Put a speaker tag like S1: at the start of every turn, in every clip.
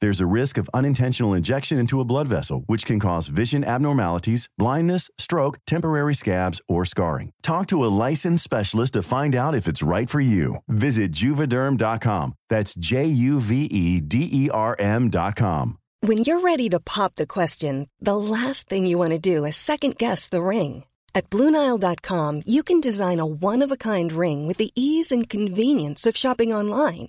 S1: There's a risk of unintentional injection into a blood vessel, which can cause vision abnormalities, blindness, stroke, temporary scabs, or scarring. Talk to a licensed specialist to find out if it's right for you. Visit juvederm.com. That's J U V E D E R M.com.
S2: When you're ready to pop the question, the last thing you want to do is second guess the ring. At Bluenile.com, you can design a one of a kind ring with the ease and convenience of shopping online.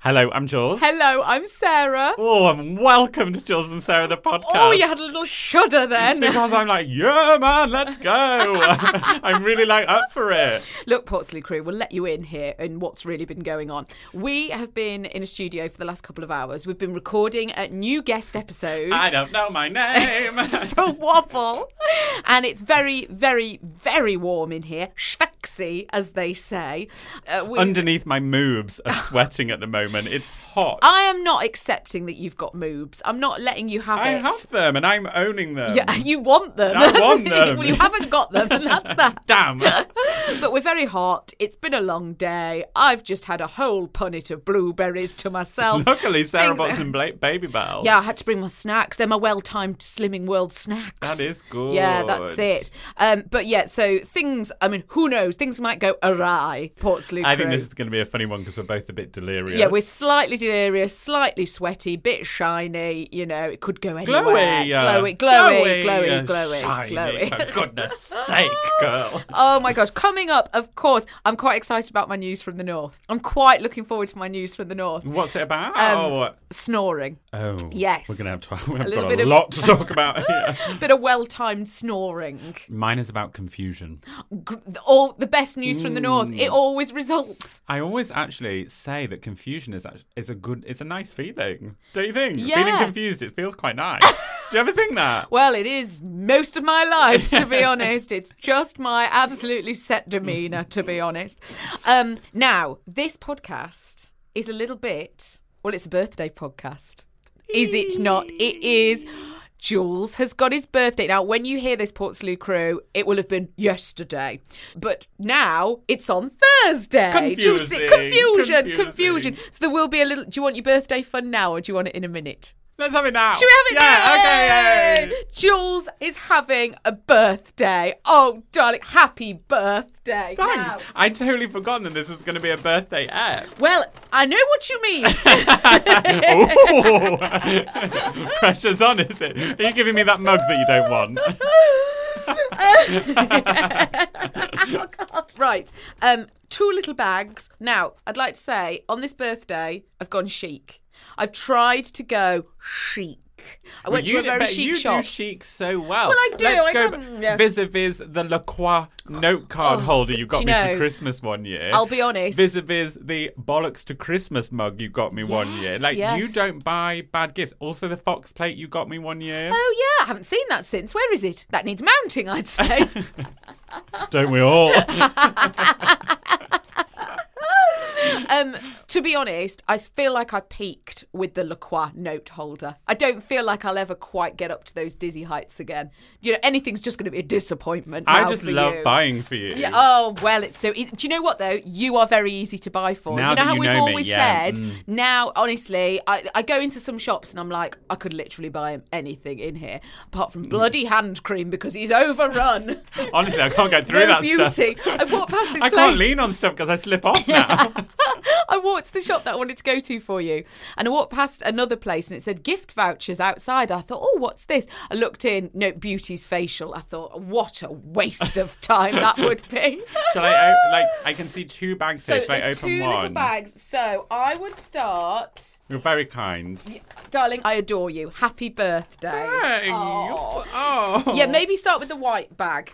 S3: Hello, I'm Jules.
S4: Hello, I'm Sarah.
S3: Oh, and welcome to Jules and Sarah the podcast.
S4: Oh, you had a little shudder then.
S3: because I'm like, yeah, man, let's go. I'm really like up for it.
S4: Look, Portsley crew, we'll let you in here and what's really been going on. We have been in a studio for the last couple of hours. We've been recording a new guest episodes.
S3: I don't know my name.
S4: for Waffle. And it's very, very, very warm in here. Schwexy, as they say. Uh, we-
S3: Underneath my moobs are sweating at the moment. It's hot.
S4: I am not accepting that you've got moobs. I'm not letting you have
S3: I
S4: it.
S3: have them and I'm owning them.
S4: Yeah, you want them.
S3: I want them.
S4: well, you haven't got them, and that's that.
S3: Damn.
S4: but we're very hot. It's been a long day. I've just had a whole punnet of blueberries to myself.
S3: Luckily, Sarah
S4: Things-
S3: bought some bla- baby bell.
S4: Yeah, I had to bring my snacks. They're my well-timed Slimming World snacks.
S3: That is good.
S4: Yeah, that's it. Um, but yeah, so things. I mean, who knows? Things might go awry. Portslade.
S3: I think
S4: crew.
S3: this is going to be a funny one because we're both a bit delirious.
S4: Yeah, we're slightly delirious, slightly sweaty, bit shiny. You know, it could go anywhere.
S3: Glowy, uh,
S4: glowy, glowy,
S3: uh,
S4: glowy, glowy, glowy.
S3: shiny,
S4: glowy.
S3: For goodness sake, girl.
S4: Oh my gosh. Coming up, of course, I'm quite excited about my news from the north. I'm quite looking forward to my news from the north.
S3: What's it about?
S4: Snoring.
S3: oh,
S4: Um, yes.
S3: We're going to have to, we've
S4: little
S3: got
S4: bit
S3: a
S4: of-
S3: lot to talk about here.
S4: Bit of well timed snoring.
S3: Mine is about confusion.
S4: Gr- All the best news from the north. It always results.
S3: I always actually say that confusion is act- is a good, it's a nice feeling. Don't you think? Feeling
S4: Yeah.
S3: confused, it feels quite nice. Do you ever think that?
S4: Well, it is most of my life, to be honest. It's just my absolutely set demeanour, to be honest. Um, now, this podcast is a little bit, well, it's a birthday podcast. Is it not? It is. Jules has got his birthday. Now, when you hear this Portslade crew, it will have been yesterday. But now it's on Thursday. Do you see-
S3: Confusing,
S4: Confusion,
S3: confusing.
S4: confusion. So there will be a little. Do you want your birthday fun now or do you want it in a minute?
S3: Let's have it now.
S4: Should we have it
S3: Yeah,
S4: now?
S3: okay, yay.
S4: Jules is having a birthday. Oh, darling, happy birthday. Now.
S3: Thanks. I'd totally forgotten that this was going to be a birthday app.
S4: Well, I know what you mean.
S3: Ooh. Pressure's on, is it? Are you giving me that mug that you don't want?
S4: oh, God. Right. Um, two little bags. Now, I'd like to say on this birthday, I've gone chic. I've tried to go chic. I went
S3: you
S4: to a very
S3: but
S4: chic
S3: you
S4: shop.
S3: do chic so well.
S4: Well, I do,
S3: Let's
S4: I
S3: go
S4: can- yes.
S3: vis-a-vis the Lacroix note card holder you got
S4: do
S3: me
S4: you
S3: for
S4: know,
S3: Christmas one year.
S4: I'll be honest.
S3: Vis-a-vis the bollocks to Christmas mug you got me one year.
S4: Yes,
S3: Like you
S4: yes.
S3: don't buy bad gifts. Also the fox plate you got me one year.
S4: Oh, yeah, I haven't seen that since. Where is it? That needs mounting, I'd say.
S3: Don't we all?
S4: um, to be honest, I feel like I peaked with the Lacroix note holder. I don't feel like I'll ever quite get up to those dizzy heights again. You know, anything's just going to be a disappointment.
S3: I
S4: now
S3: just
S4: for
S3: love
S4: you.
S3: buying for you.
S4: Yeah, oh well, it's so. Easy. Do you know what though? You are very easy to buy for.
S3: Now
S4: you know
S3: that
S4: how
S3: you
S4: we've
S3: know me,
S4: always
S3: yeah, mm.
S4: said. Now, honestly, I, I go into some shops and I'm like, I could literally buy him anything in here, apart
S3: Mm.
S4: from bloody hand cream because he's overrun.
S3: Honestly, I can't get through
S4: No
S3: that
S4: beauty.
S3: stuff.
S4: I walked past this
S3: I
S4: place.
S3: can't lean on stuff because I slip off now.
S4: I walked to the shop that I wanted to go to for you, and I walked past another place, and it said gift vouchers outside. I thought, oh, what's this? I looked in, no, beauty's facial. I thought, what a waste of time that would be.
S3: Shall I o- like? I can see two bags
S4: So
S3: here. Shall I open
S4: there's two
S3: one?
S4: little bags. So I would start,
S3: You're very kind.
S4: darling. I adore you. Happy birthday.
S3: Hey, you
S4: Aw.
S3: f- oh.
S4: Yeah, maybe start with the white bag.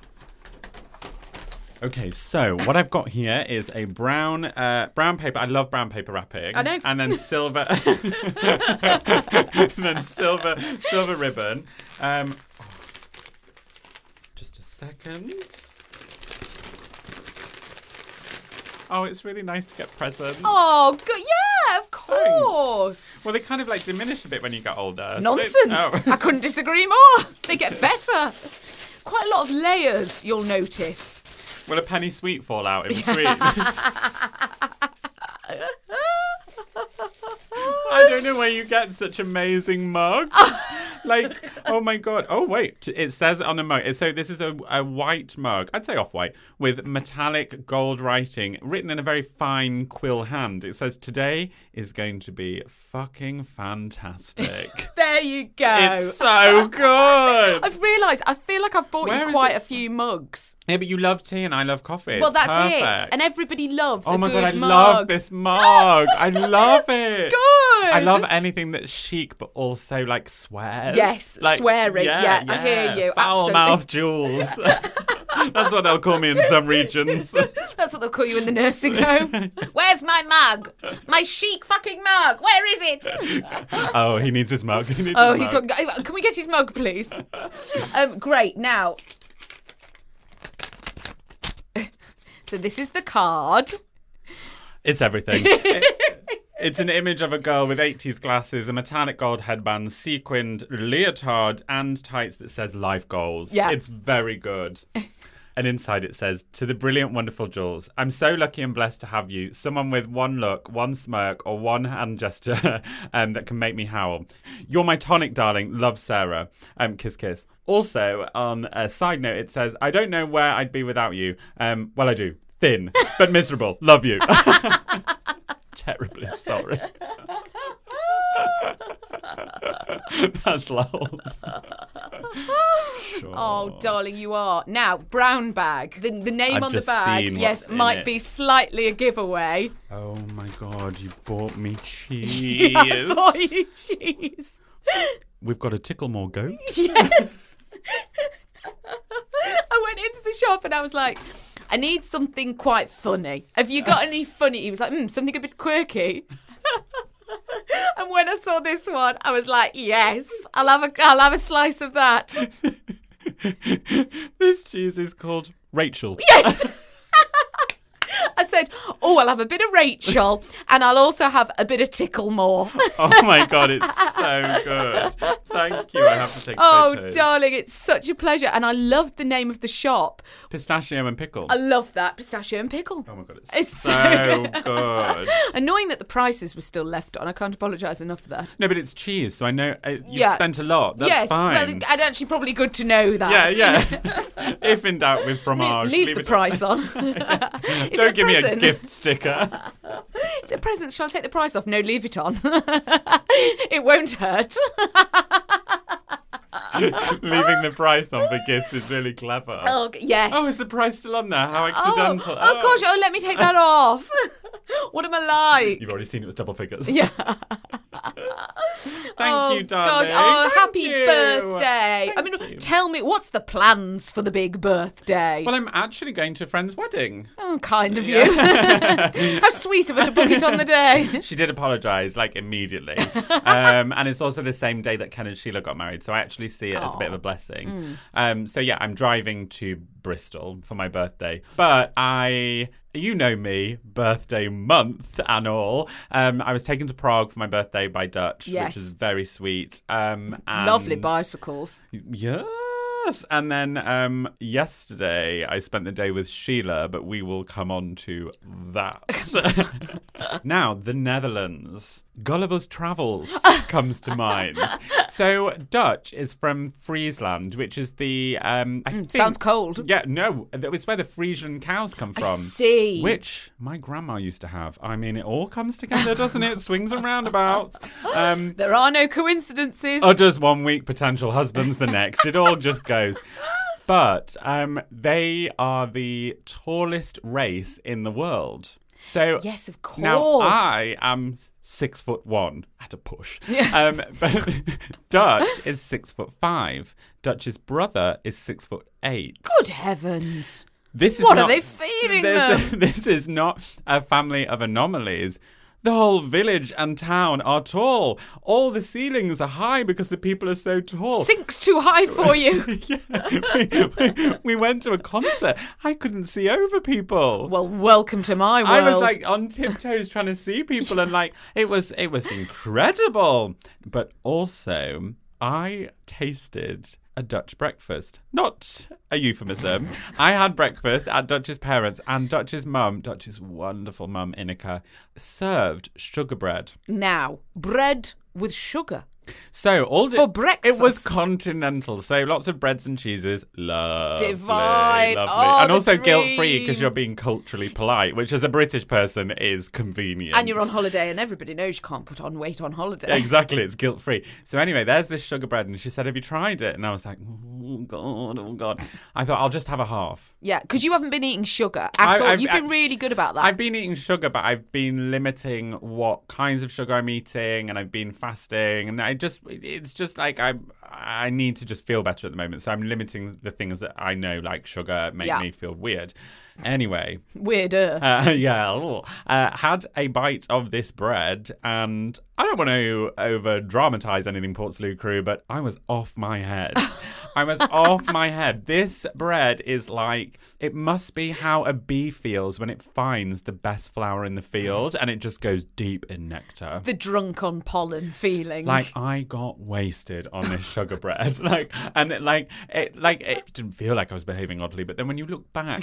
S3: Okay, so what I've got here is a brown, uh, brown paper. I love brown paper wrapping.
S4: I know.
S3: And then silver, and then silver, silver ribbon. Um, just a second. Oh, it's really nice to get presents.
S4: Oh, good. Yeah, of course.
S3: Well, they kind of like diminish a bit when you get older.
S4: Nonsense.
S3: Oh.
S4: I couldn't disagree more. They get better. Quite a lot of layers, you'll notice.
S3: Will a penny sweet fall out in between? I don't know where you get such amazing mugs. like, oh my god! Oh wait, it says on the mug. So this is a, a white mug. I'd say off-white with metallic gold writing, written in a very fine quill hand. It says, "Today is going to be fucking fantastic."
S4: There you go.
S3: it's so good.
S4: I've realised. I feel like I've bought
S3: Where
S4: you
S3: is
S4: quite
S3: it
S4: a few mugs.
S3: Yeah, but you love tea and I love coffee.
S4: well,
S3: It's
S4: that's it.
S3: perfect.
S4: And everybody loves
S3: Oh
S4: a
S3: my
S4: good
S3: god, I
S4: mug.
S3: love this mug. I love it.
S4: Good.
S3: I love anything that's chic but also like swears.
S4: Yes, swearing. Yeah, I hear you.
S3: Foul
S4: Absolutely.
S3: mouth jewels. that's what they'll call me in some regions.
S4: That's what they'll call you in the nursing home. Where's my mug? My chic fucking mug. Where is it?
S3: oh, he needs his mug. He needs
S4: Oh,
S3: his
S4: he's
S3: mug.
S4: on. Can we get his mug, please? Um, great. Now, so this is the card.
S3: It's everything. It- It's an image of a girl with 80s glasses, a metallic gold headband, sequined leotard, and tights that says life goals.
S4: Yeah.
S3: It's very good. and inside it says, To the brilliant, wonderful Jules, I'm so lucky and blessed to have you, someone with one look, one smirk, or one hand gesture um, that can make me howl. You're my tonic, darling. Love, Sarah. Um, kiss, kiss. Also, on a side note, it says, I don't know where I'd be without you. Um, well, I do. Thin, but miserable. Love you. terribly sorry. That's lols.
S4: Oh, darling, you are. Now, brown bag. The, the name
S3: I've
S4: on the
S3: just
S4: bag,
S3: seen
S4: yes,
S3: what's in
S4: might
S3: it.
S4: be slightly a giveaway.
S3: Oh my god, you bought me cheese.
S4: Yeah, I bought you cheese.
S3: We've got a tickle more goat.
S4: Yes. I went into the shop and I was like, I need something quite funny. Have you got any funny? He was like, mm, something a bit quirky. and when I saw this one, I was like, yes, I'll have a, I'll have a slice of that.
S3: this cheese is called Rachel.
S4: Yes. I said, oh, I'll have a bit of Rachel and I'll also have a bit of Ticklemore.
S3: Oh my god, it's so good. Thank you. I have to take
S4: oh,
S3: photos.
S4: darling, it's such a pleasure. And I loved the name of the shop.
S3: Pistachio and pickle.
S4: I love that pistachio and pickle.
S3: oh my god, it's,
S4: It's
S3: so
S4: so-
S3: good.
S4: Annoying that the prices were still left on. I can't apologise enough for that.
S3: No, but it's cheese, so I know uh, you've
S4: Yeah.
S3: spent a lot. That's
S4: yes,
S3: fine.
S4: well, and actually probably good to know that.
S3: Yeah, yeah. if in doubt with
S4: Le-
S3: fromage,
S4: leave,
S3: leave
S4: the
S3: it-
S4: price on. Is it
S3: Don't give me a
S4: present?
S3: gift sticker.
S4: Is it a present? Shall I take the price off? No, leave it on. it won't hurt.
S3: Leaving the price on for gifts is really clever.
S4: Oh, g- yes.
S3: Oh, is the price still on there? How
S4: Oh,
S3: accidental.
S4: oh, gosh, oh, let me take that off. what am I like?
S3: You've already seen it was double figures.
S4: Yeah.
S3: Thank
S4: oh,
S3: you,
S4: gosh.
S3: darling.
S4: Oh,
S3: Thank
S4: happy
S3: you.
S4: birthday. I
S3: Thank
S4: mean,
S3: you.
S4: tell me, what's the plans for the big birthday?
S3: Well, I'm actually going to a friend's wedding.
S4: Mm, kind of you. How sweet of her to book it on the day.
S3: She did apologise, like immediately. um, and it's also the same day that Ken and Sheila got married. So I actually see it as a bit of a blessing.
S4: Hmm.
S3: Um, so yeah, I'm driving to Bristol for my birthday. But I you know me, birthday month and all. Um, I was taken to Prague for my birthday by Dutch,
S4: Yes.
S3: which is very sweet. Um, and
S4: Lovely bicycles.
S3: Yes. And then um, yesterday, I spent the day with Sheila, but we will come on to that. now, the Netherlands. Gulliver's Travels comes to mind. So, Dutch is from Friesland, which is the. Um, I think-
S4: Mm, sounds cold.
S3: Yeah, no. It's where the Friesian cows come from.
S4: see.
S3: Which my grandma used to have. I mean, it all comes together, doesn't it? Swings and roundabouts. Um,
S4: There are no coincidences.
S3: Udders one week, potential husbands the next. It all just goes. But um, they are the tallest race in the world. So
S4: Yes, of course.
S3: now I am six foot one at a push. Um, but Dutch is six foot five. Dutch's brother is six foot eight.
S4: Good heavens.
S3: This is
S4: What are
S3: not-
S4: they feeding
S3: this, This is not a family of anomalies. The whole village and town are tall. All the ceilings are high because the people are so tall.
S4: Sinks too high for you.
S3: Yeah. we, we- we went to a concert. I couldn't see over people.
S4: well, welcome to my world.
S3: I was like on tiptoes trying to see people, and like it was it was incredible. But also, I tasted a Dutch breakfast, not a euphemism. I had breakfast at Dutch's parents, and Dutch's mum, Dutch's wonderful mum Inika, served sugar bread.
S4: now, bread with sugar.
S3: So all the,
S4: For breakfast.
S3: it was continental. So lots of breads and cheeses, lovely,
S4: Divine.
S3: lovely,
S4: Oh,
S3: and
S4: the
S3: also guilt free because
S4: dream.
S3: you're being culturally polite, which as a British person is convenient.
S4: And you're on holiday, and everybody knows you can't put on weight on holiday.
S3: Exactly, it's guilt free. So anyway, there's this sugar bread, and she said, "Have you tried it?" And I was like, "Oh god, oh god." I thought I'll just have a half.
S4: Yeah, because you haven't been eating sugar at
S3: I-
S4: all.
S3: I've-
S4: You've been
S3: I-
S4: really good about that.
S3: I've been eating sugar, but I've been limiting what kinds of sugar I'm eating, and I've been fasting, and I just it's just like I I need to just feel better at the moment, so I'm limiting the things that I know like sugar make
S4: Yeah.
S3: me feel weird. Anyway,
S4: Weirder.
S3: uh, yeah, ugh. uh, had a bite of this bread, and I don't want to over dramatize anything, Portslade crew, but I was off my head. I was off my head. This bread is like it must be how a bee feels when it finds the best flower in the field, and it just goes deep in nectar.
S4: the drunk on pollen feeling.
S3: Like I got wasted on this sugar bread, like and it, like it, like it didn't feel like I was behaving oddly. But then when you look back,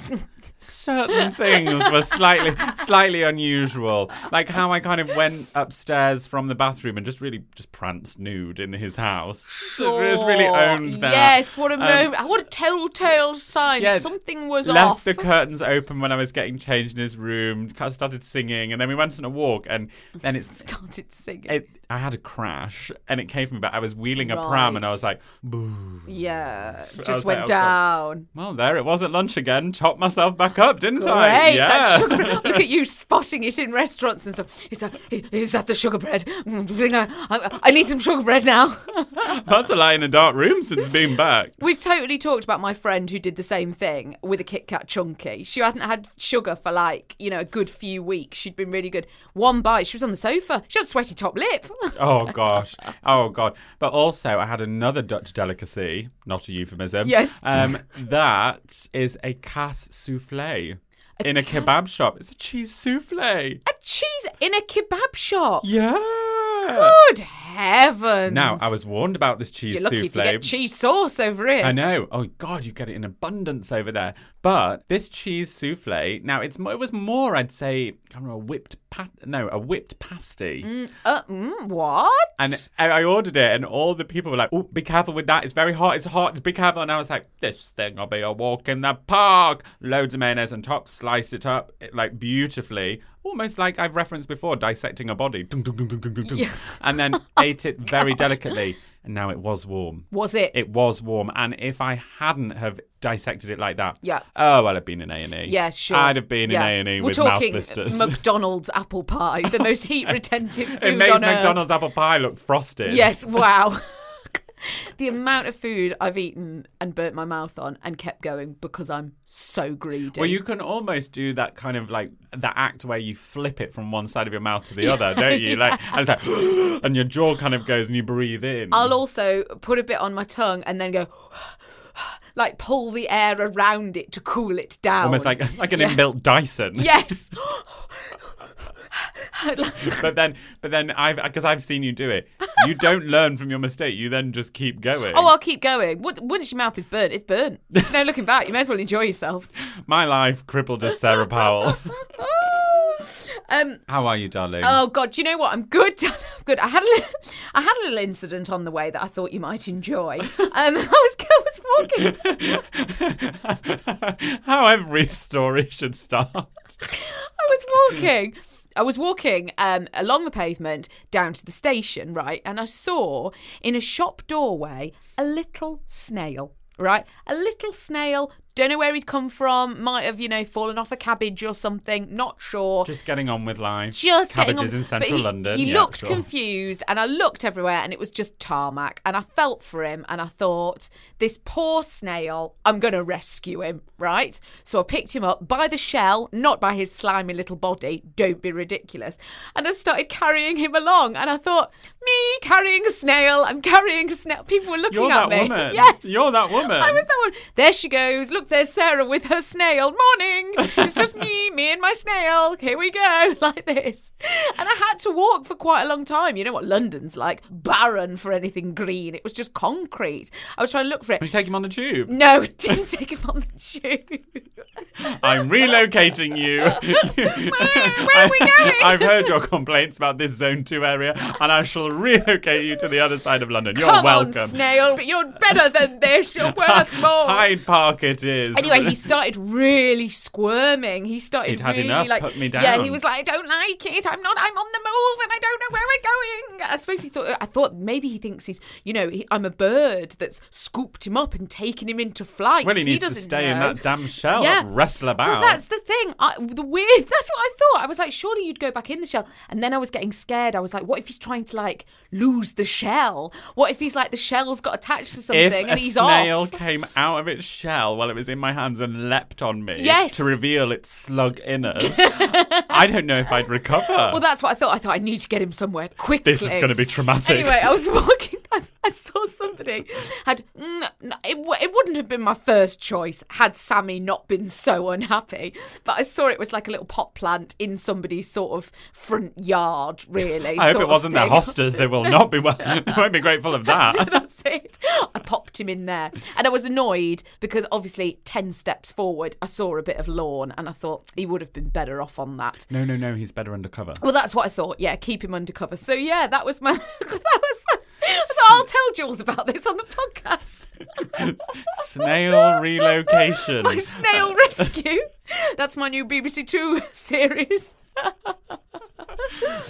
S3: certain things were slightly, slightly unusual. Like how I kind of went upstairs from the bathroom and just really just pranced nude in his house. It was really
S4: Sure.
S3: owned that.
S4: Yes, what a
S3: Um,
S4: moment! What a telltale sign!
S3: yeah,
S4: Something was
S3: left
S4: off.
S3: the curtains open when I was getting changed in his room. kind of Started singing, and then we went on a walk, and then it's
S4: Started singing.
S3: it, I had a crash and it came from me, but I was wheeling a pram and I
S4: Right.
S3: was like, boo.
S4: yeah,
S3: I
S4: just
S3: was
S4: went
S3: like, oh, God.
S4: down.
S3: Well, there it was at lunch again. Chopped myself back up, didn't I?
S4: Great,
S3: Yeah.
S4: that sugar. Look at you spotting it in restaurants and stuff. Is that is that the sugar bread? Mm, do you think I, I, I need some sugar bread now.
S3: That's a lie in a dark room since being back.
S4: We've totally talked about my friend who did the same thing with a Kit Kat chunky. She hadn't had sugar for like, you know, a good few weeks. She'd been really good. One bite, she was on the sofa. She had a sweaty top lip.
S3: Oh gosh, oh god! But also, I had another Dutch delicacy, not a euphemism.
S4: Yes.
S3: Um, that is a cass souffle in a kebab shop. It's a cheese souffle.
S4: a cheese in a kebab shop.
S3: Yeah.
S4: Good heavens.
S3: Now I was warned about this cheese
S4: You're lucky
S3: souffle.
S4: if you get cheese sauce over it.
S3: I know. Oh God, you get it in abundance over there. But this cheese souffle. Now it's mo- it was more. I'd say I don't know a whipped pat. No, a whipped pasty.
S4: Uh, mm, what?
S3: And I I ordered it, and all the people were like, "Oh, be careful with that! It's very hot. It's hot. Be careful!" And I was like, "This thing will be a walk in the park." Loads of mayonnaise on top. Sliced it up it, like beautifully, almost like I've referenced before, dissecting a body. Dun, dun, dun, dun, dun, dun, dun. And
S4: Oh
S3: then ate it very delicately. And now it was warm.
S4: Was it?
S3: It was warm, and if I hadn't have dissected it like that,
S4: Yeah.
S3: oh, I'd have been in A and E.
S4: yeah, sure.
S3: I'd have been
S4: Yeah.
S3: in A and E
S4: We're
S3: with
S4: talking
S3: mouth blisters.
S4: McDonald's apple pie, the most heat retentive food
S3: it makes
S4: on earth.
S3: McDonald's apple pie look frosted.
S4: Yes, wow. the amount of food I've eaten and burnt my mouth on and kept going because I'm so greedy.
S3: Well, you can almost do that kind of like that act where you flip it from one side of your mouth to the other, don't you? Like, and it's like, and your jaw kind of goes and you breathe in.
S4: I'll also put a bit on my tongue and then go like pull the air around it to cool it down.
S3: Almost like like an
S4: Yeah.
S3: inbuilt Dyson.
S4: yes. Oh,
S3: But then, but then I've because I've seen you do it. You don't learn from your mistake. You then just keep going.
S4: Oh, I'll keep going. What- Once your mouth is burnt, it's burnt. There's no looking back. You may as well enjoy yourself.
S3: My life crippled as Sarah Powell.
S4: Um,
S3: How are you, darling?
S4: oh God, do you know what? I'm good. I'm good. I had a little, I had a little incident on the way that I thought you might enjoy. Um, I was, I was walking.
S3: How every story should start.
S4: I was walking. I was walking um, along the pavement down to the station, right? And I saw in a shop doorway a little snail, right? A little snail. Don't know where he'd come from. Might have, you know, fallen off a cabbage or something. Not sure.
S3: Just getting on with life.
S4: just
S3: cabbages
S4: getting on.
S3: in
S4: but
S3: central
S4: he,
S3: London.
S4: He
S3: Yeah,
S4: looked
S3: sure.
S4: confused, and I looked everywhere, and it was just tarmac. And I felt for him, and I thought, this poor snail, I'm going to rescue him, right? So I picked him up by the shell, not by his slimy little body. Don't be ridiculous. And I started carrying him along, and I thought, me carrying a snail, I'm carrying a snail. People were looking
S3: You're that
S4: at me.
S3: woman.
S4: Yes,
S3: You're that woman.
S4: I was that one. There she goes. Look, there's Sarah with her snail. Morning. It's just me, me and my snail. Here we go, like this. And I had to walk for quite a long time. You know what London's like? Barren for anything green. It was just concrete. I was trying to look for
S3: Can you
S4: it.
S3: take him on the tube?
S4: No, didn't take him on the tube.
S3: I'm relocating you.
S4: Where are we going?
S3: I've heard your complaints about this Zone 2 area, and I shall relocate you to the other side of London. You're
S4: Come
S3: welcome.
S4: on, snail. But you're better than this. You're worth more.
S3: Hyde Park it is.
S4: Anyway, he started really squirming. He started
S3: He'd had
S4: really
S3: enough,
S4: like
S3: put me
S4: Yeah,
S3: down.
S4: he was like, I don't like it. I'm not. I'm on the move, and I don't know where we're going. I suppose he thought. I thought maybe he thinks he's. You know, he, I'm a bird that's scooped him up and taken him into flight.
S3: Well, he needs to
S4: doesn't
S3: stay in
S4: know.
S3: that damn shell,
S4: Yeah.
S3: wrestle about.
S4: Well, that's the thing. I, the weird. That's what I thought. I was like, surely you'd go back in the shell. And then I was getting scared. I was like, what if he's trying to like lose the shell? What if he's like the shell's got attached to something
S3: if a
S4: and he's
S3: snail
S4: off?
S3: came out of its shell while it was in my hands and leapt on me
S4: Yes.
S3: to reveal its slug innards, I don't know if I'd recover.
S4: Well, that's what I thought. I thought I need to get him somewhere quickly.
S3: this is going to be traumatic.
S4: Anyway, I was walking. I, I saw somebody had. Mm, no, it, w- it wouldn't have been my first choice had Sammy not been so unhappy. But I saw it was like a little pot plant in somebody's sort of front yard, really.
S3: I hope
S4: sort
S3: it
S4: of
S3: wasn't their
S4: thing.
S3: hostas. They will not be well. They won't be grateful of that.
S4: That's it. I popped him in there, and I was annoyed because obviously ten steps forward, I saw a bit of lawn, and I thought he would have been better off on that.
S3: No, no, no. He's better undercover.
S4: Well, that's what I thought. Yeah, keep him undercover. So yeah, that was my. that was. I thought, I'll tell Jules about this on the podcast.
S3: Snail relocation.
S4: My snail rescue. That's my new BBC Two series.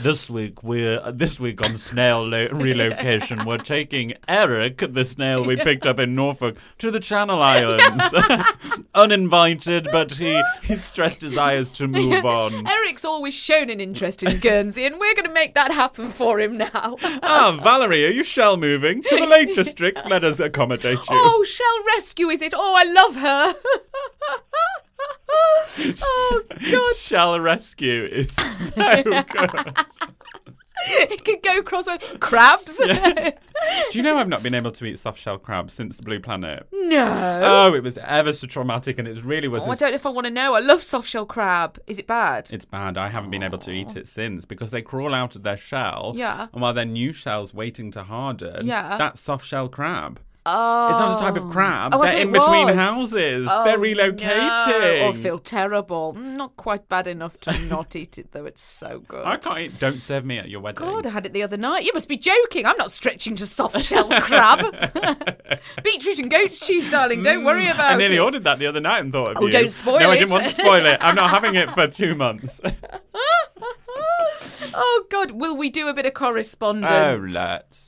S3: This week we're uh, this week on snail lo- relocation. We're taking Eric, the snail we picked up in Norfolk, to the Channel Islands, uninvited, but he he stressed desires to move on.
S4: Eric's always shown an interest in Guernsey, and we're going to make that happen for him now.
S3: Ah, Valerie, are you shell moving to the Lake District? Let us accommodate you.
S4: Oh, Shell Rescue is it? Oh, I love her. oh God,
S3: Shell rescue is so good.
S4: it could go crossover crabs.
S3: Do you know I've not been able to eat soft shell crab since the Blue Planet?
S4: no.
S3: Oh, it was ever so traumatic, and it really was.
S4: Oh, I
S3: a-
S4: don't know if I want to know. I love soft shell crab. Is it bad?
S3: It's bad. I haven't been able to eat it since because they crawl out of their shell.
S4: Yeah.
S3: And while their new shell's waiting to harden,
S4: Yeah.
S3: that's soft shell crab.
S4: Ah,
S3: Oh. It's not a type of crab.
S4: Oh, I
S3: They're
S4: thought
S3: in
S4: it
S3: between
S4: was.
S3: houses. They're relocating.
S4: No, or feel terrible. Mm, Not quite bad enough to not eat it though. It's so good.
S3: I can't eat. Don't serve me at your wedding.
S4: God, I had it the other night. You must be joking. I'm not stretching to soft shell crab. Beetroot and goat's cheese, darling. Don't worry about
S3: Mm, I nearly
S4: it.
S3: ordered that the other night and thought of
S4: Oh,
S3: you.
S4: don't spoil
S3: No, I
S4: it.
S3: didn't want to spoil it. I'm not having it for two months.
S4: oh God, will we do a bit of correspondence?
S3: oh, let's.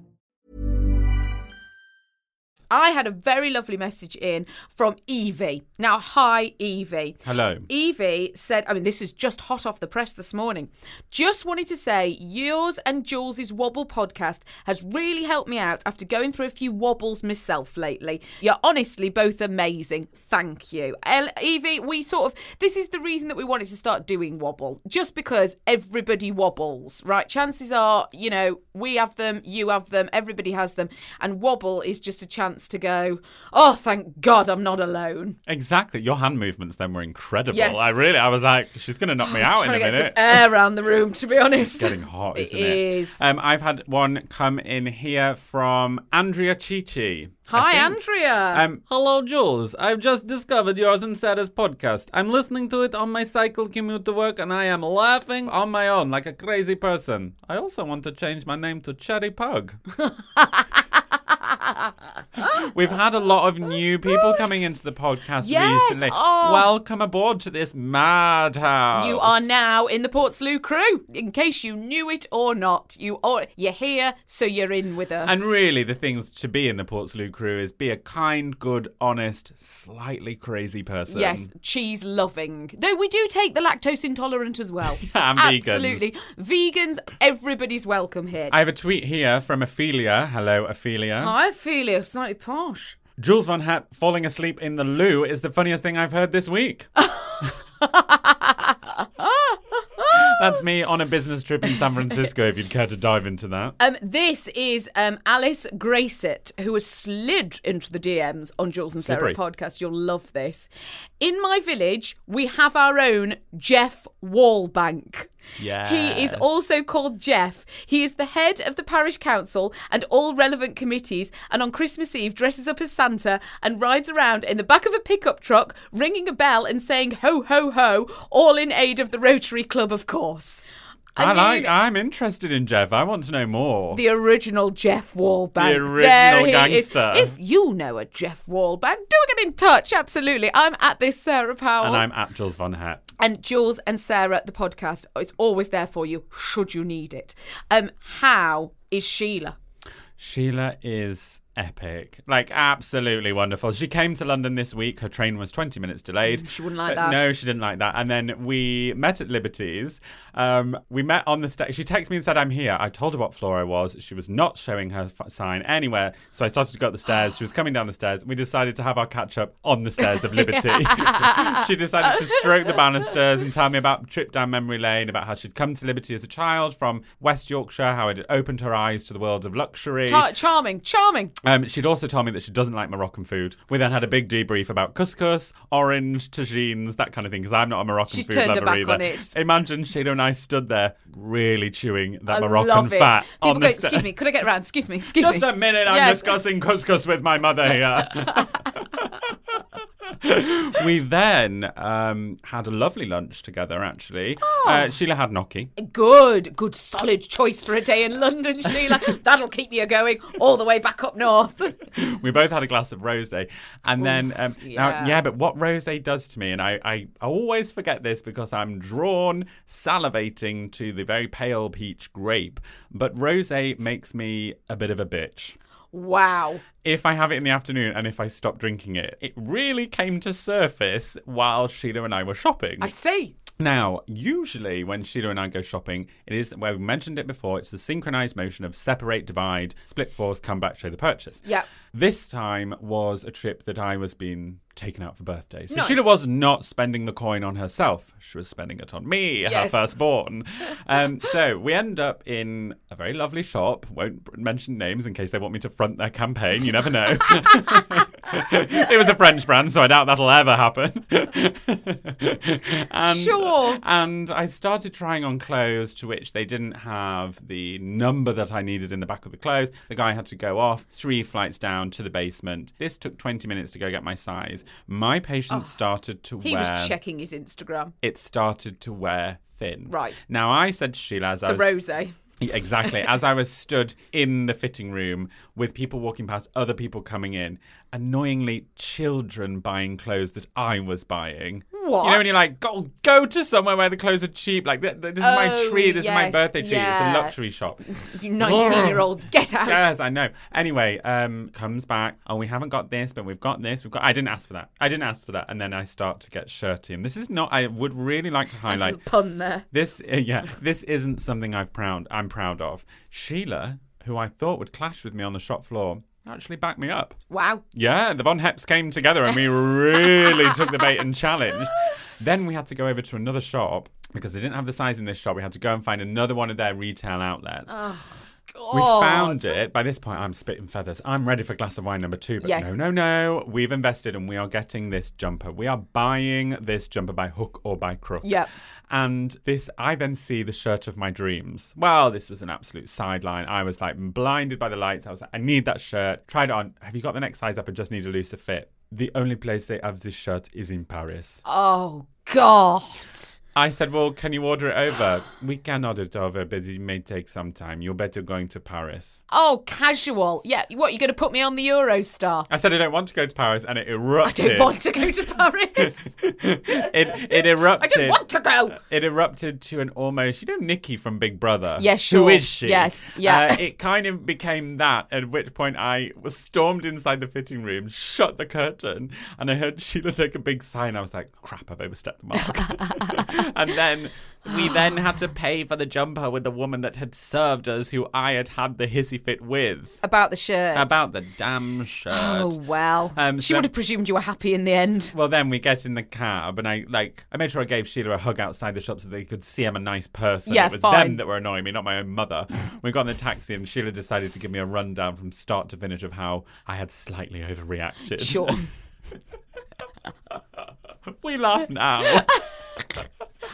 S4: I had a very lovely message in from Evie. Now, hi, Evie.
S3: Hello.
S4: E Evie said, I mean, this is just hot off the press this morning. Just wanted to say, yours and Jules's Wobble podcast has really helped me out after going through a few wobbles myself lately. You're honestly both amazing. Thank you. El- Evie, we sort of, this is the reason that we wanted to start doing Wobble, just because everybody wobbles, right? Chances are, you know, we have them, you have them, everybody has them. And Wobble is just a chance to go, oh, thank God I'm not alone.
S3: Exactly. Your hand movements then were incredible.
S4: Yes.
S3: I really, I was like, she's going to knock me out in a
S4: trying to get
S3: minute.
S4: some air around the room, to be honest.
S3: It's getting hot, isn't it?
S4: It is.
S3: Um, I've had one come in here from Andrea Chichi.
S4: Hi, Andrea.
S3: Um, Hello, Jules. I've just discovered yours and Sarah's podcast. I'm listening to it on my cycle commute to work, and I am laughing on my own like a crazy person. I also want to change my name to Cherry Pug. We've had a lot of new people coming into the podcast
S4: Yes,
S3: recently.
S4: oh.
S3: Welcome aboard to this madhouse.
S4: you are now in the Portslade crew. In case you knew it or not, you are you're here, so you're in with us.
S3: And really, the things to be in the Portslade crew is be a kind, good, honest, slightly crazy person.
S4: Yes, cheese loving. Though we do take the lactose intolerant as well.
S3: And vegans.
S4: Absolutely. Vegans, everybody's welcome here.
S3: I have a tweet here from Ophelia. Hello, Ophelia.
S4: I feel it slightly posh.
S3: Jules Van Hat falling asleep in the loo is the funniest thing I've heard this week. That's me on a business trip in San Francisco, if you'd care to dive into that.
S4: Um, this is um, Alice Gracett, who has slid into the DMs on Jules and Sarah
S3: Slippery.
S4: podcast. You'll love this. In my village, we have our own Jeff Wallbank. He is
S3: Yes.
S4: also called Jeff. He is the head of the parish council and all relevant committees, and on Christmas Eve dresses up as Santa and rides around in the back of a pickup truck, ringing a bell and saying "Ho ho ho!" All in aid of the Rotary Club, of course.
S3: I,
S4: mean-
S3: like, I'm interested in Jeff. I want to know more.
S4: the original Jeff Wallbank.
S3: The original
S4: There he is.
S3: gangster.
S4: If you know a Jeff Wallbank, do get in touch. Absolutely. I'm at this Sarah Powell.
S3: and I'm at Jules Van Hat.
S4: And Jules and Sarah, the podcast, it's always there for you should you need it. Um, how is Sheila?
S3: Sheila is epic. Like, absolutely wonderful. She came to London this week. Her train was 20 minutes delayed.
S4: Mm, She wouldn't like
S3: Uh,
S4: that.
S3: No, she didn't like that. And then we met at Liberty's. Um, we met on the stage. She texted me and said, I'm here. I told her what floor I was. She was not showing her f- sign anywhere. So I started to go up the stairs. She was coming down the stairs. We decided to have our catch up on the stairs of Liberty. she decided to stroke the banisters and tell me about trip down memory lane, about how she'd come to Liberty as a child from West Yorkshire, how it had opened her eyes to the world of luxury.
S4: Char- charming, charming.
S3: Um, she'd also told me that she doesn't like Moroccan food. We then had a big debrief about couscous, orange, tagines, that kind of thing, because I'm not a Moroccan
S4: She's
S3: food
S4: turned her
S3: lover
S4: back
S3: either.
S4: on it.
S3: Imagine Sheila and I stood there really chewing that
S4: I
S3: Moroccan
S4: love it.
S3: fat
S4: People
S3: on
S4: go,
S3: the sta-
S4: excuse me, could I get round? Excuse me, excuse me.
S3: Just a minute, I'm
S4: Yes.
S3: discussing couscous with my mother here. we then um, had a lovely lunch together, actually.
S4: Oh.
S3: Uh, Sheila had gnocchi.
S4: Good, good, solid choice for a day in London, Sheila. That'll keep you going all the way back up north.
S3: we both had a glass of rosé, and then um,
S4: yeah.
S3: now yeah, but what rosé does to me, and I, I I always forget this because I'm drawn salivating to the very pale peach grape, but rosé makes me a bit of a bitch.
S4: Wow.
S3: If I have it in the afternoon and if I stop drinking it, it really came to surface while Sheila and I were shopping.
S4: I see.
S3: Now, usually when Sheila and I go shopping, it is, well, we mentioned it before, it's the synchronized motion of separate, divide, split force, come back, show the purchase.
S4: Yep.
S3: This time was a trip that I was being taken out for birthday. So
S4: Nice.
S3: Sheila was not spending the coin on herself. She was spending it on me, her
S4: Yes.
S3: firstborn. um, so we end up in a very lovely shop. Won't mention names in case they want me to front their campaign. You never know. it was a French brand, so I doubt that'll ever happen. and,
S4: Sure.
S3: And I started trying on clothes to which they didn't have the number that I needed in the back of the clothes. The guy had to go off three flights down to the basement. This took 20 minutes to go get my size. My patient started to
S4: He
S3: wear.
S4: was checking his Instagram.
S3: It started to wear thin.
S4: Right.
S3: Now I said to Sheila as I
S4: The
S3: was.
S4: rosé.
S3: Yeah, Exactly. As I was stood in the fitting room with people walking past, other people coming in, annoyingly children buying clothes that I was buying. You know,
S4: What?
S3: when you're like, go, go to somewhere where the clothes are cheap. Like, th- th- this is my
S4: Oh,
S3: tree. This is my
S4: yes,
S3: birthday tree.
S4: yeah.
S3: It's a luxury shop.
S4: You 19 year olds, get out.
S3: Yes, I know. Anyway, um, comes back. Oh, we haven't got this, but we've got this. We've got. I didn't ask for that. I didn't ask for that. And then I start to get shirty. And this is not. I would really like to
S4: Nice
S3: highlight
S4: little pun there.
S3: this uh, yeah this isn't something i've proud i'm proud of sheila who i thought would clash with me on the shop floor actually backed me up
S4: Wow.
S3: yeah the von heps came together and we really took the bait and challenged then we had to go over to another shop because they didn't have the size in this shop we had to go and find another one of their retail outlets we found it. By this point, I'm spitting feathers. I'm ready for glass of wine number two. But
S4: Yes.
S3: no, no, no. We've invested and we are getting this jumper. We are buying this jumper by hook or by crook.
S4: Yep.
S3: And this, I then see the shirt of my dreams. Well, this was an absolute sideline. I was like blinded by the lights. I was like, I need that shirt. Tried it on. Have you got the next size up? I just need a looser fit. The only place they have this shirt is in Paris.
S4: Oh, God.
S3: I said, "Well, can you order it over? we can order it over, but it may take some time. You're better going to Paris."
S4: Oh, casual. Yeah, what, you're going to put me on the Eurostar?
S3: I said I don't want to go to Paris, and it
S4: I
S3: erupted.
S4: don't want to go to Paris.
S3: it it
S4: I
S3: erupted.
S4: don't want to go.
S3: It erupted to an almost, you know, Nikki from Big Brother.
S4: Yeah,
S3: Who
S4: sure.
S3: is she?
S4: Yes, yeah.
S3: Uh, it kind of became that. At which point, I was stormed inside the fitting room, shut the curtain, and I heard Sheila take a big sigh, and I was like, "Crap, I've overstepped the mark." and then we then had to pay for the jumper with the woman that had served us, who I had had the hissy fit with
S4: About the shirt.
S3: about the damn shirt.
S4: Oh, well.
S3: Um,
S4: she
S3: so-
S4: would have presumed you were happy in the end.
S3: Well, then we get in the cab, and I like I made sure I gave Sheila a hug outside the shop so they could see I'm a nice person.
S4: Yeah,
S3: it was
S4: fine.
S3: them that were annoying me, not my own mother. we got in the taxi, and Sheila decided to give me a rundown from start to finish of how I had slightly overreacted.
S4: Sure.
S3: we laugh now.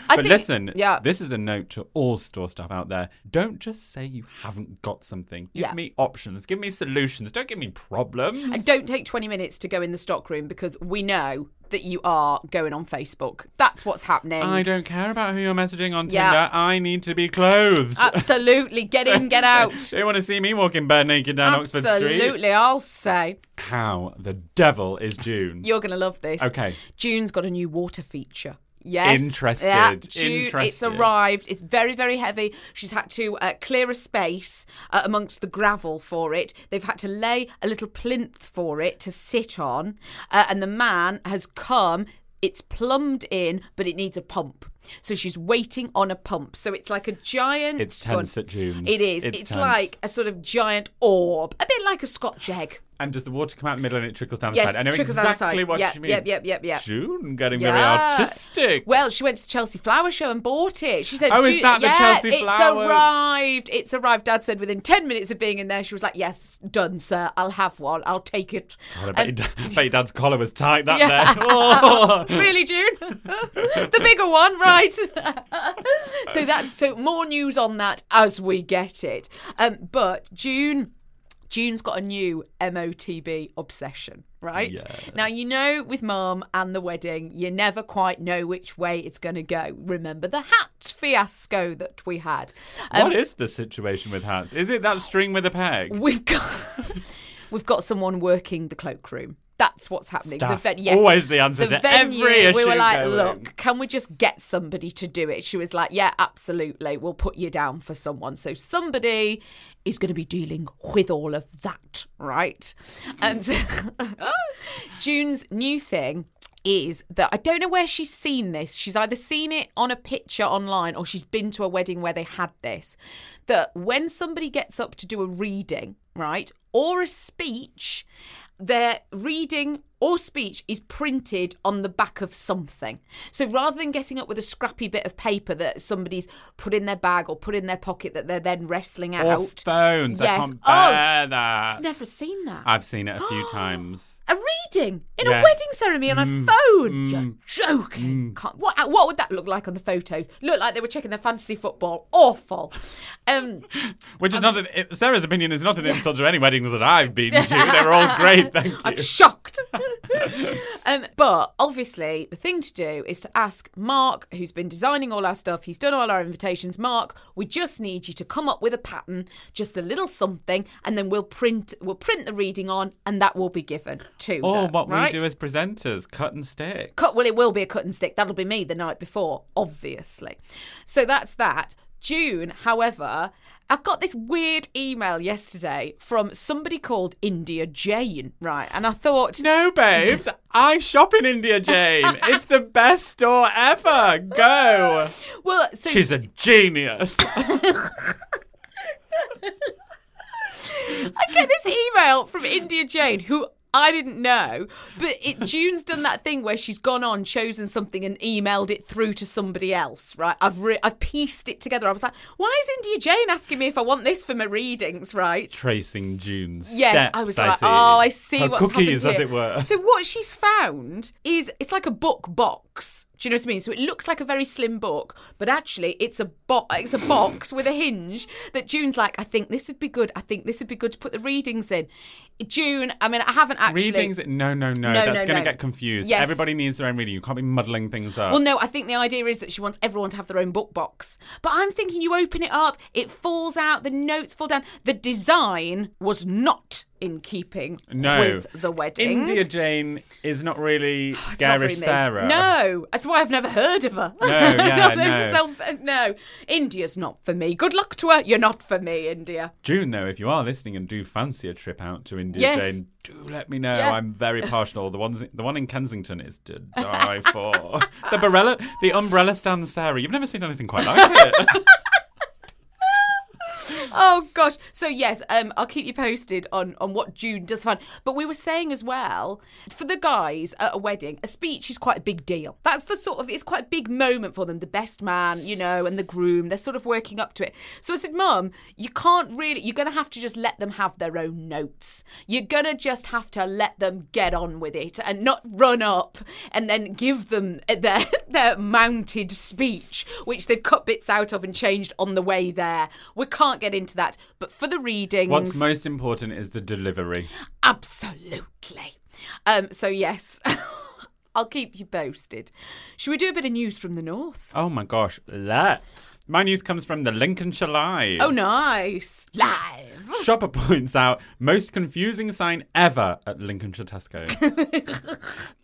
S4: I
S3: but
S4: think-
S3: listen,
S4: yeah.
S3: this is a note to all store staff out there. Don't just say you haven't got something. Give
S4: Yeah.
S3: me options. Give me solutions. Don't give me problems.
S4: And don't take 20 minutes to go in the stockroom because we know that you are going on Facebook. That's what's happening.
S3: I don't care about who you're messaging on
S4: Yeah.
S3: Tinder. I need to be clothed.
S4: Absolutely. Get in, get out.
S3: They want to see me walking bare naked down Oxford Street.
S4: Absolutely. I'll say.
S3: How the devil is June?
S4: You're going to love this.
S3: Okay.
S4: June's got a new water feature. Yes.
S3: Interested,
S4: Yeah, June, It's
S3: interested.
S4: arrived. It's very, very heavy. She's had to uh, clear a space uh, amongst the gravel for it. They've had to lay a little plinth for it to sit on. Uh, and the man has come. It's plumbed in, but it needs a pump. So she's waiting on a pump. So it's like a giant.
S3: It's tense at June's.
S4: It is.
S3: It's
S4: it's
S3: tense.
S4: like a sort of giant orb, a bit like a Scotch egg.
S3: and does the water come out the middle and it trickles down the
S4: Yes,
S3: side? I know
S4: trickles down the
S3: exactly
S4: side.
S3: what
S4: Yep,
S3: you mean.
S4: yep, yep, yep, yep.
S3: June getting very
S4: Yeah.
S3: artistic.
S4: Well, she went to the Chelsea Flower Show and bought it. She said,
S3: Oh, is
S4: "Ju-
S3: that the
S4: yeah,
S3: Chelsea
S4: it's
S3: Flower?"
S4: arrived. It's arrived." Dad said within ten minutes of being in there, she was like, "Yes, done, sir. I'll have one. I'll take it."
S3: God, I bet,
S4: And-
S3: your, da- bet your dad's collar was tight that
S4: Yeah.
S3: there. Oh.
S4: really, June? the bigger one, right? so that's so more news on that as we get it. Um, but June, June's got a new MOTB obsession, right? Now you know with mum and the wedding, you never quite know which way it's going to go. Remember the hat fiasco that we had. Um,
S3: what is the situation with hats? Is it that string with a peg?
S4: We've got we've got someone working the cloakroom. That's what's happening.
S3: Staff.
S4: ven-
S3: Always the answer to every
S4: We were
S3: issue
S4: like,
S3: going.
S4: look, can we just get somebody to do it? She was like, yeah, absolutely. We'll put you down for someone. So somebody is going to be dealing with all of that, right? And June's new thing is that I don't know where she's seen this. She's either seen it on a picture online or she's been to a wedding where they had this. That when somebody gets up to do a reading, right, or a speech, their reading or speech is printed on the back of something. So rather than getting up with a scrappy bit of paper that somebody's put in their bag or put in their pocket that they're then wrestling
S3: Or
S4: out.
S3: phones. I
S4: Yes.
S3: can't
S4: Oh.
S3: bear that.
S4: I've never seen that.
S3: I've seen it a few times.
S4: A reading in a
S3: Yes.
S4: wedding ceremony on a phone. You're joking. Can't- what, what would that look like on the photos? Looked like they were checking their fantasy football. Awful. Um,
S3: Which is not an, it- Sarah's opinion is not an insult to any weddings that I've been to. They're all great, thank you.
S4: I'm shocked. um, but obviously, the thing to do is to ask Mark, who's been designing all our stuff. He's done all our invitations. Mark, we just need you to come up with a pattern, just a little something, and then we'll print we'll print the reading on, and that will be given to.
S3: Or
S4: them,
S3: Oh, what
S4: right?
S3: we do as presenters, cut and stick.
S4: cut well it will be a cut and stick that'll be me the night before obviously so that's that june however i got this weird email yesterday from somebody called india jane right and i thought
S3: No, babes, I shop in India, Jane. It's the best store ever. Go.
S4: well so
S3: She's a genius.
S4: I get this email from India Jane, who I didn't know, but it, June's done that thing where she's gone on, chosen something, and emailed it through to somebody else. Right? I've re- I've pieced it together. I was like, why is India Jane asking me if I want this for my readings? Right?
S3: Tracing June's
S4: Yes,
S3: steps,
S4: I was like,
S3: see.
S4: oh, I see
S3: Her
S4: what's
S3: cookies,
S4: happened
S3: as
S4: here.
S3: it were.
S4: So what she's found is it's like a book box. Do you know what I mean? So it looks like a very slim book, but actually it's a box. It's a box with a hinge that June's like, I think this would be good. I think this would be good to put the readings in. June, I mean, I haven't actually.
S3: Readings? No, no, no.
S4: No,
S3: That's
S4: no,
S3: going to
S4: no.
S3: get confused.
S4: Yes.
S3: Everybody needs their own reading. You can't be muddling things up.
S4: Well, no, I think the idea is that she wants everyone to have their own book box. But I'm thinking you open it up, it falls out, the notes fall down. The design was not in keeping
S3: No.
S4: with the wedding.
S3: India Jane is not really
S4: It's not
S3: garish
S4: very me.
S3: Sarah.
S4: No, that's why I've never heard of her.
S3: No, yeah,
S4: Not
S3: no.
S4: myself- uh, no. India's not for me. Good luck to her. You're not for me, India.
S3: June, though, if you are listening and do fancy a trip out to India
S4: Yes.
S3: Jane, do let me know.
S4: Yeah.
S3: I'm very partial. The ones, the one in Kensington is to die for. the umbrella, the umbrella stand, Sarah. You've never seen anything quite like it.
S4: Oh gosh. So yes, um, I'll keep you posted on on what June does find. But we were saying as well for the guys at a wedding, a speech is quite a big deal. That's the sort of it's quite a big moment for them. The best man, you know, and the groom. They're sort of working up to it. So I said, Mum, you can't really. You're going to have to just let them have their own notes. You're going to just have to let them get on with it and not run up and then give them their their mounted speech, which they've cut bits out of and changed on the way there. We can't get into that, but for the readings,
S3: What's most important is the delivery.
S4: absolutely. Um, so yes, I'll keep you posted. Should we do a bit of news from the north?
S3: Oh my gosh, let's. My news comes from the Lincolnshire Live.
S4: Oh, nice live.
S3: Shopper points out most confusing sign ever at Lincolnshire Tesco.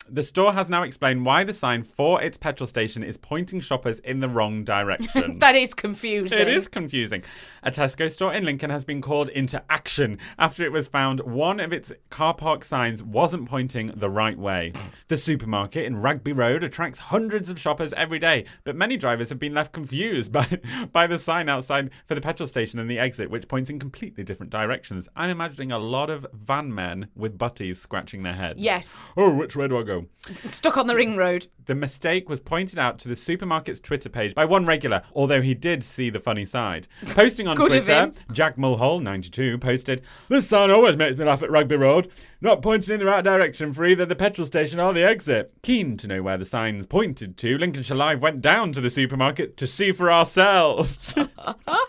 S3: the store has now explained why the sign for its petrol station is pointing shoppers in the wrong direction.
S4: That is confusing.
S3: It is confusing. A Tesco store in Lincoln has been called into action after it was found one of its car park signs wasn't pointing the right way. the supermarket in Rugby Road attracts hundreds of shoppers every day, but many drivers have been left confused by, by the sign outside for the petrol station and the exit, which points in completely different directions. I'm imagining a lot of van men with butties scratching their heads.
S4: Yes.
S3: Oh, which way do I go?
S4: Stuck on the ring road.
S3: The mistake was pointed out to the supermarket's Twitter page by one regular, although he did see the funny side. Posting on
S4: Good of
S3: Twitter,
S4: him.
S3: Jack Mulhall, 92, posted, This sign always makes me laugh at Rugby Road, not pointing in the right direction for either the petrol station or the exit. Keen to know where the signs pointed to, Lincolnshire Live went down to the supermarket to see for ourselves.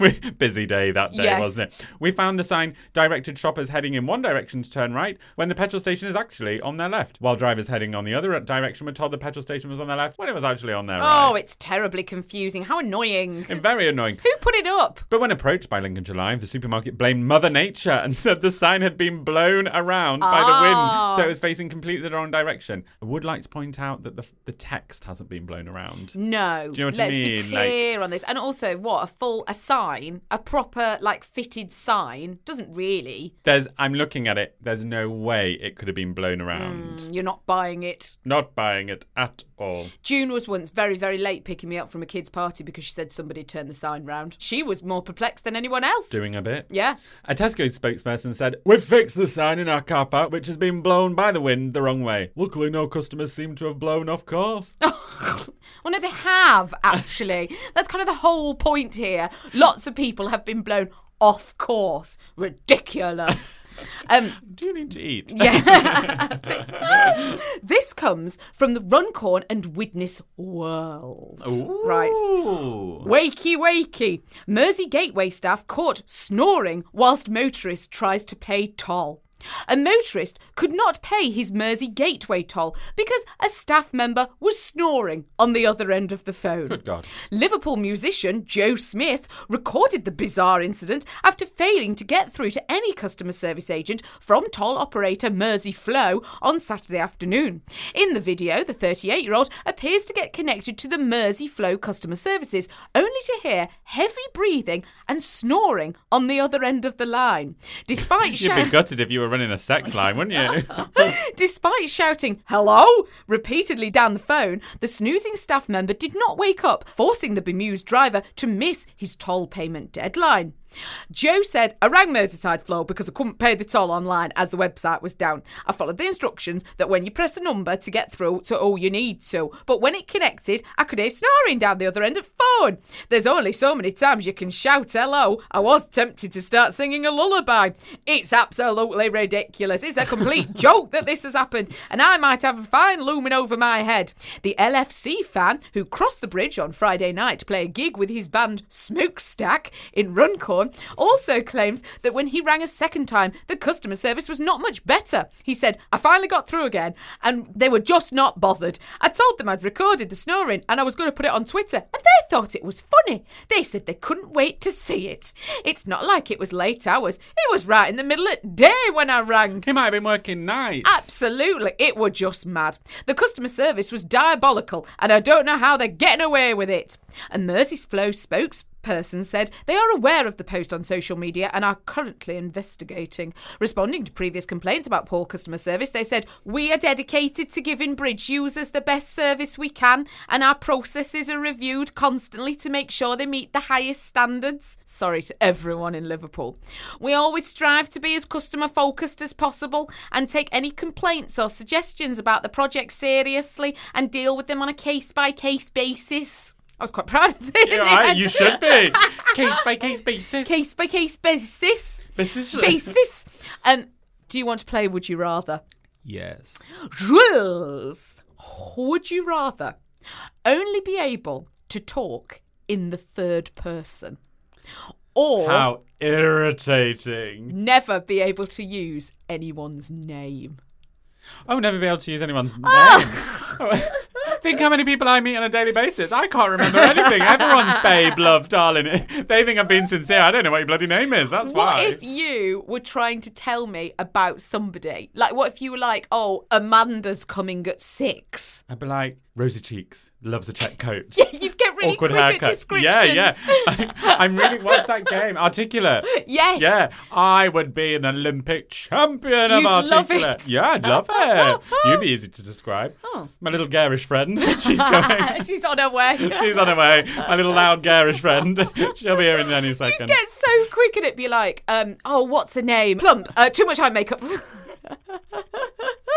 S3: We- Busy day that day,
S4: Yes.
S3: wasn't it? We found the sign directed shoppers heading in one direction to turn right when the petrol station is actually on their left, while drivers heading on the other direction were told the petrol station was on their left when it was actually on their
S4: Oh,
S3: right.
S4: it's terribly confusing. How annoying.
S3: And very annoying.
S4: Who put it up?
S3: But when approached by Lincolnshire Live, the supermarket blamed Mother Nature and said the sign had been blown around by the wind, so it was facing completely the wrong direction. I would like to point out that the, the text hasn't been blown around.
S4: No.
S3: Do you know what I
S4: Let's
S3: mean?
S4: be
S3: Like-
S4: clear on this. And also, what, a full call a sign a proper like fitted sign? Doesn't really.
S3: There's, I'm looking at it. There's no way it could have been blown around.
S4: You're not buying it.
S3: Not buying it at all.
S4: June was once very, very late picking me up from a kid's party because she said somebody turned the sign round. She was more perplexed than anyone else.
S3: Doing a bit.
S4: Yeah.
S3: A Tesco spokesperson said, We've fixed the sign in our car park, which has been blown by the wind the wrong way. Luckily, no customers seem to have blown off course.
S4: Well, no, they have actually. That's kind of the whole point here. Lots of people have been blown off course. Ridiculous. um,
S3: Do you need to eat?
S4: yeah. this comes from the Runcorn and Widnes world. Right.
S3: Ooh.
S4: Wakey, wakey. Mersey Gateway staff caught snoring whilst motorist tries to pay toll. A motorist could not pay his Mersey Gateway toll because a staff member was snoring on the other end of the phone.
S3: Good God.
S4: Liverpool musician Joe Smith recorded the bizarre incident after failing to get through to any customer service agent from toll operator Mersey Flow on Saturday afternoon. In the video, the 38 year old appears to get connected to the Mersey Flow customer services, only to hear heavy breathing and snoring on the other end of the line.
S3: You'd
S4: Despite
S3: be
S4: shouting.
S3: gutted if you were running a sex line, wouldn't you?
S4: Despite shouting, hello, repeatedly down the phone, the snoozing staff member did not wake up, forcing the bemused driver to miss his toll payment deadline. Joe said, I rang Merseyside Flow because I couldn't pay the toll online as the website was down. I followed the instructions that when you press a number to get through to all you need to, but when it connected, I could hear snoring down the other end of the phone. There's only so many times you can shout hello. I was tempted to start singing a lullaby. It's absolutely ridiculous. It's a complete joke that this has happened, and I might have a fine looming over my head. The LFC fan who crossed the bridge on Friday night to play a gig with his band Smokestack in Runcorn also claims that when he rang a second time, the customer service was not much better. He said, I finally got through again, and they were just not bothered. I told them I'd recorded the snoring and I was going to put it on Twitter, and they thought it was funny. They said they couldn't wait to see it. It's not like it was late hours, it was right in the middle of day when I rang.
S3: he might have been working nights.
S4: Absolutely, it were just mad. The customer service was diabolical, and I don't know how they're getting away with it. And Mersey's Flow spokesperson said they are aware of the post on social media and are currently investigating. Responding to previous complaints about poor customer service, they said, We are dedicated to giving bridge users the best service we can, and our processes are reviewed constantly to make sure they meet the highest standards. Sorry to everyone in Liverpool. We always strive to be as customer focused as possible and take any complaints or suggestions about the project seriously and deal with them on a case by case basis. I was quite proud of it. in
S3: Yeah,
S4: the
S3: right,
S4: end.
S3: you should be. case by case basis.
S4: Case by case basis.
S3: Basis.
S4: Basis. Um, do you want to play Would You Rather?
S3: Yes.
S4: Rules. Would you rather only be able to talk in the third person or
S3: How irritating.
S4: never be able to use anyone's name?
S3: I'll never be able to use anyone's name.
S4: Ah!
S3: think how many people I meet on a daily basis. I can't remember anything. Everyone's babe, love, darling. they think I'm being sincere. I don't know what your bloody name is. That's
S4: What
S3: why.
S4: if you were trying to tell me about somebody? Like, what if you were like, oh, Amanda's coming at six?
S3: I'd be like, rosy cheeks, loves a check coat.
S4: You'd get really
S3: Awkward
S4: quick at
S3: haircut. Yeah, yeah.
S4: descriptions.
S3: I'm really. What's that game? Articulate.
S4: Yes.
S3: Yeah, I would be an Olympic champion
S4: You'd
S3: of
S4: love
S3: articulate.
S4: it. Oh.
S3: Yeah, I'd love it. You'd be easy to describe. My little garish friend. She's going.
S4: She's on her way.
S3: She's on her way. My little loud garish friend. She'll be here in any
S4: You'd
S3: second.
S4: get so quick and it'd be like, um, oh, what's her name? Plump. Uh, too much eye makeup.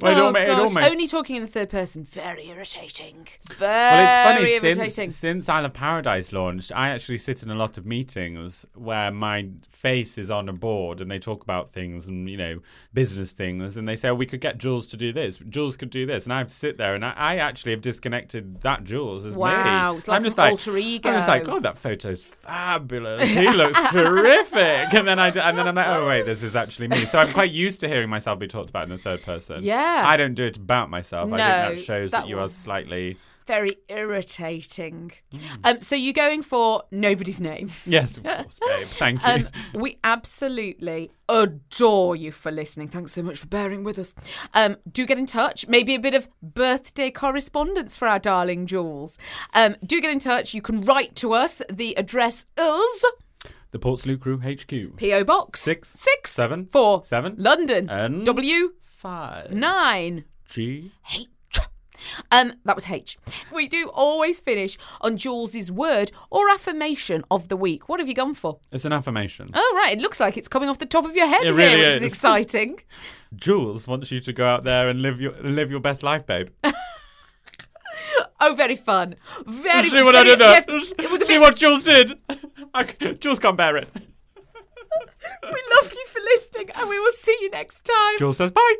S3: Well, it all
S4: Oh,
S3: ma- it all
S4: gosh.
S3: makes-
S4: Only talking in the third person. Very irritating. Very
S3: Well, it's funny
S4: irritating.
S3: since, since Isle of Paradise launched, I actually sit in a lot of meetings where my face is on a board and they talk about things and you know business things and they say oh, we could get Jules to do this, Jules could do this, and I have to sit there and I, I actually have disconnected that Jules as me.
S4: Wow, it's like
S3: I'm just
S4: some
S3: like
S4: alter ego.
S3: I'm just like, oh, that photo's fabulous. He looks terrific, and then I d- and then I'm like, oh wait, this is actually me. So I'm quite used to hearing myself be talked about in the third person. person.
S4: Yeah.
S3: I don't do it about myself. I
S4: No,
S3: think that shows
S4: that
S3: that, you
S4: one.
S3: are slightly.
S4: Very irritating.
S3: Mm.
S4: Um, so you're going for nobody's name.
S3: Yes, of course, babe. Thank you.
S4: Um, we absolutely adore you for listening. Thanks so much for bearing with us. Um, do get in touch. Maybe a bit of birthday correspondence for our darling Jules. Um, do get in touch. You can write to us. The address is
S3: the Portslade Crew HQ.
S4: PO Box
S3: Six,
S4: six
S3: seven,
S4: four
S3: seven,
S4: London
S3: and-
S4: W
S3: Five.
S4: nine
S3: G.
S4: H. Um, that was H. We do always finish on Jules's word or affirmation of the week. What have you gone for?
S3: It's an affirmation.
S4: Oh, right. It looks like it's coming off the top of your head
S3: It
S4: here,
S3: really
S4: which is.
S3: is.
S4: exciting.
S3: Jules wants you to go out there and live your live your best life, babe.
S4: Oh, very fun. Very
S3: See what I
S4: very-
S3: did there?
S4: yes, it was a
S3: See
S4: bit,
S3: what Jules did. I c- Jules can't bear it.
S4: We love you for listening, and we will see you next time.
S3: Jules says bye.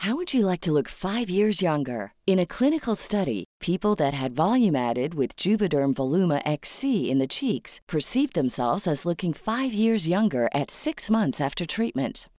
S5: How would you like to look five years younger? In a clinical study, people that had volume added with Juvederm Voluma XC in the cheeks perceived themselves as looking five years younger at six months after treatment.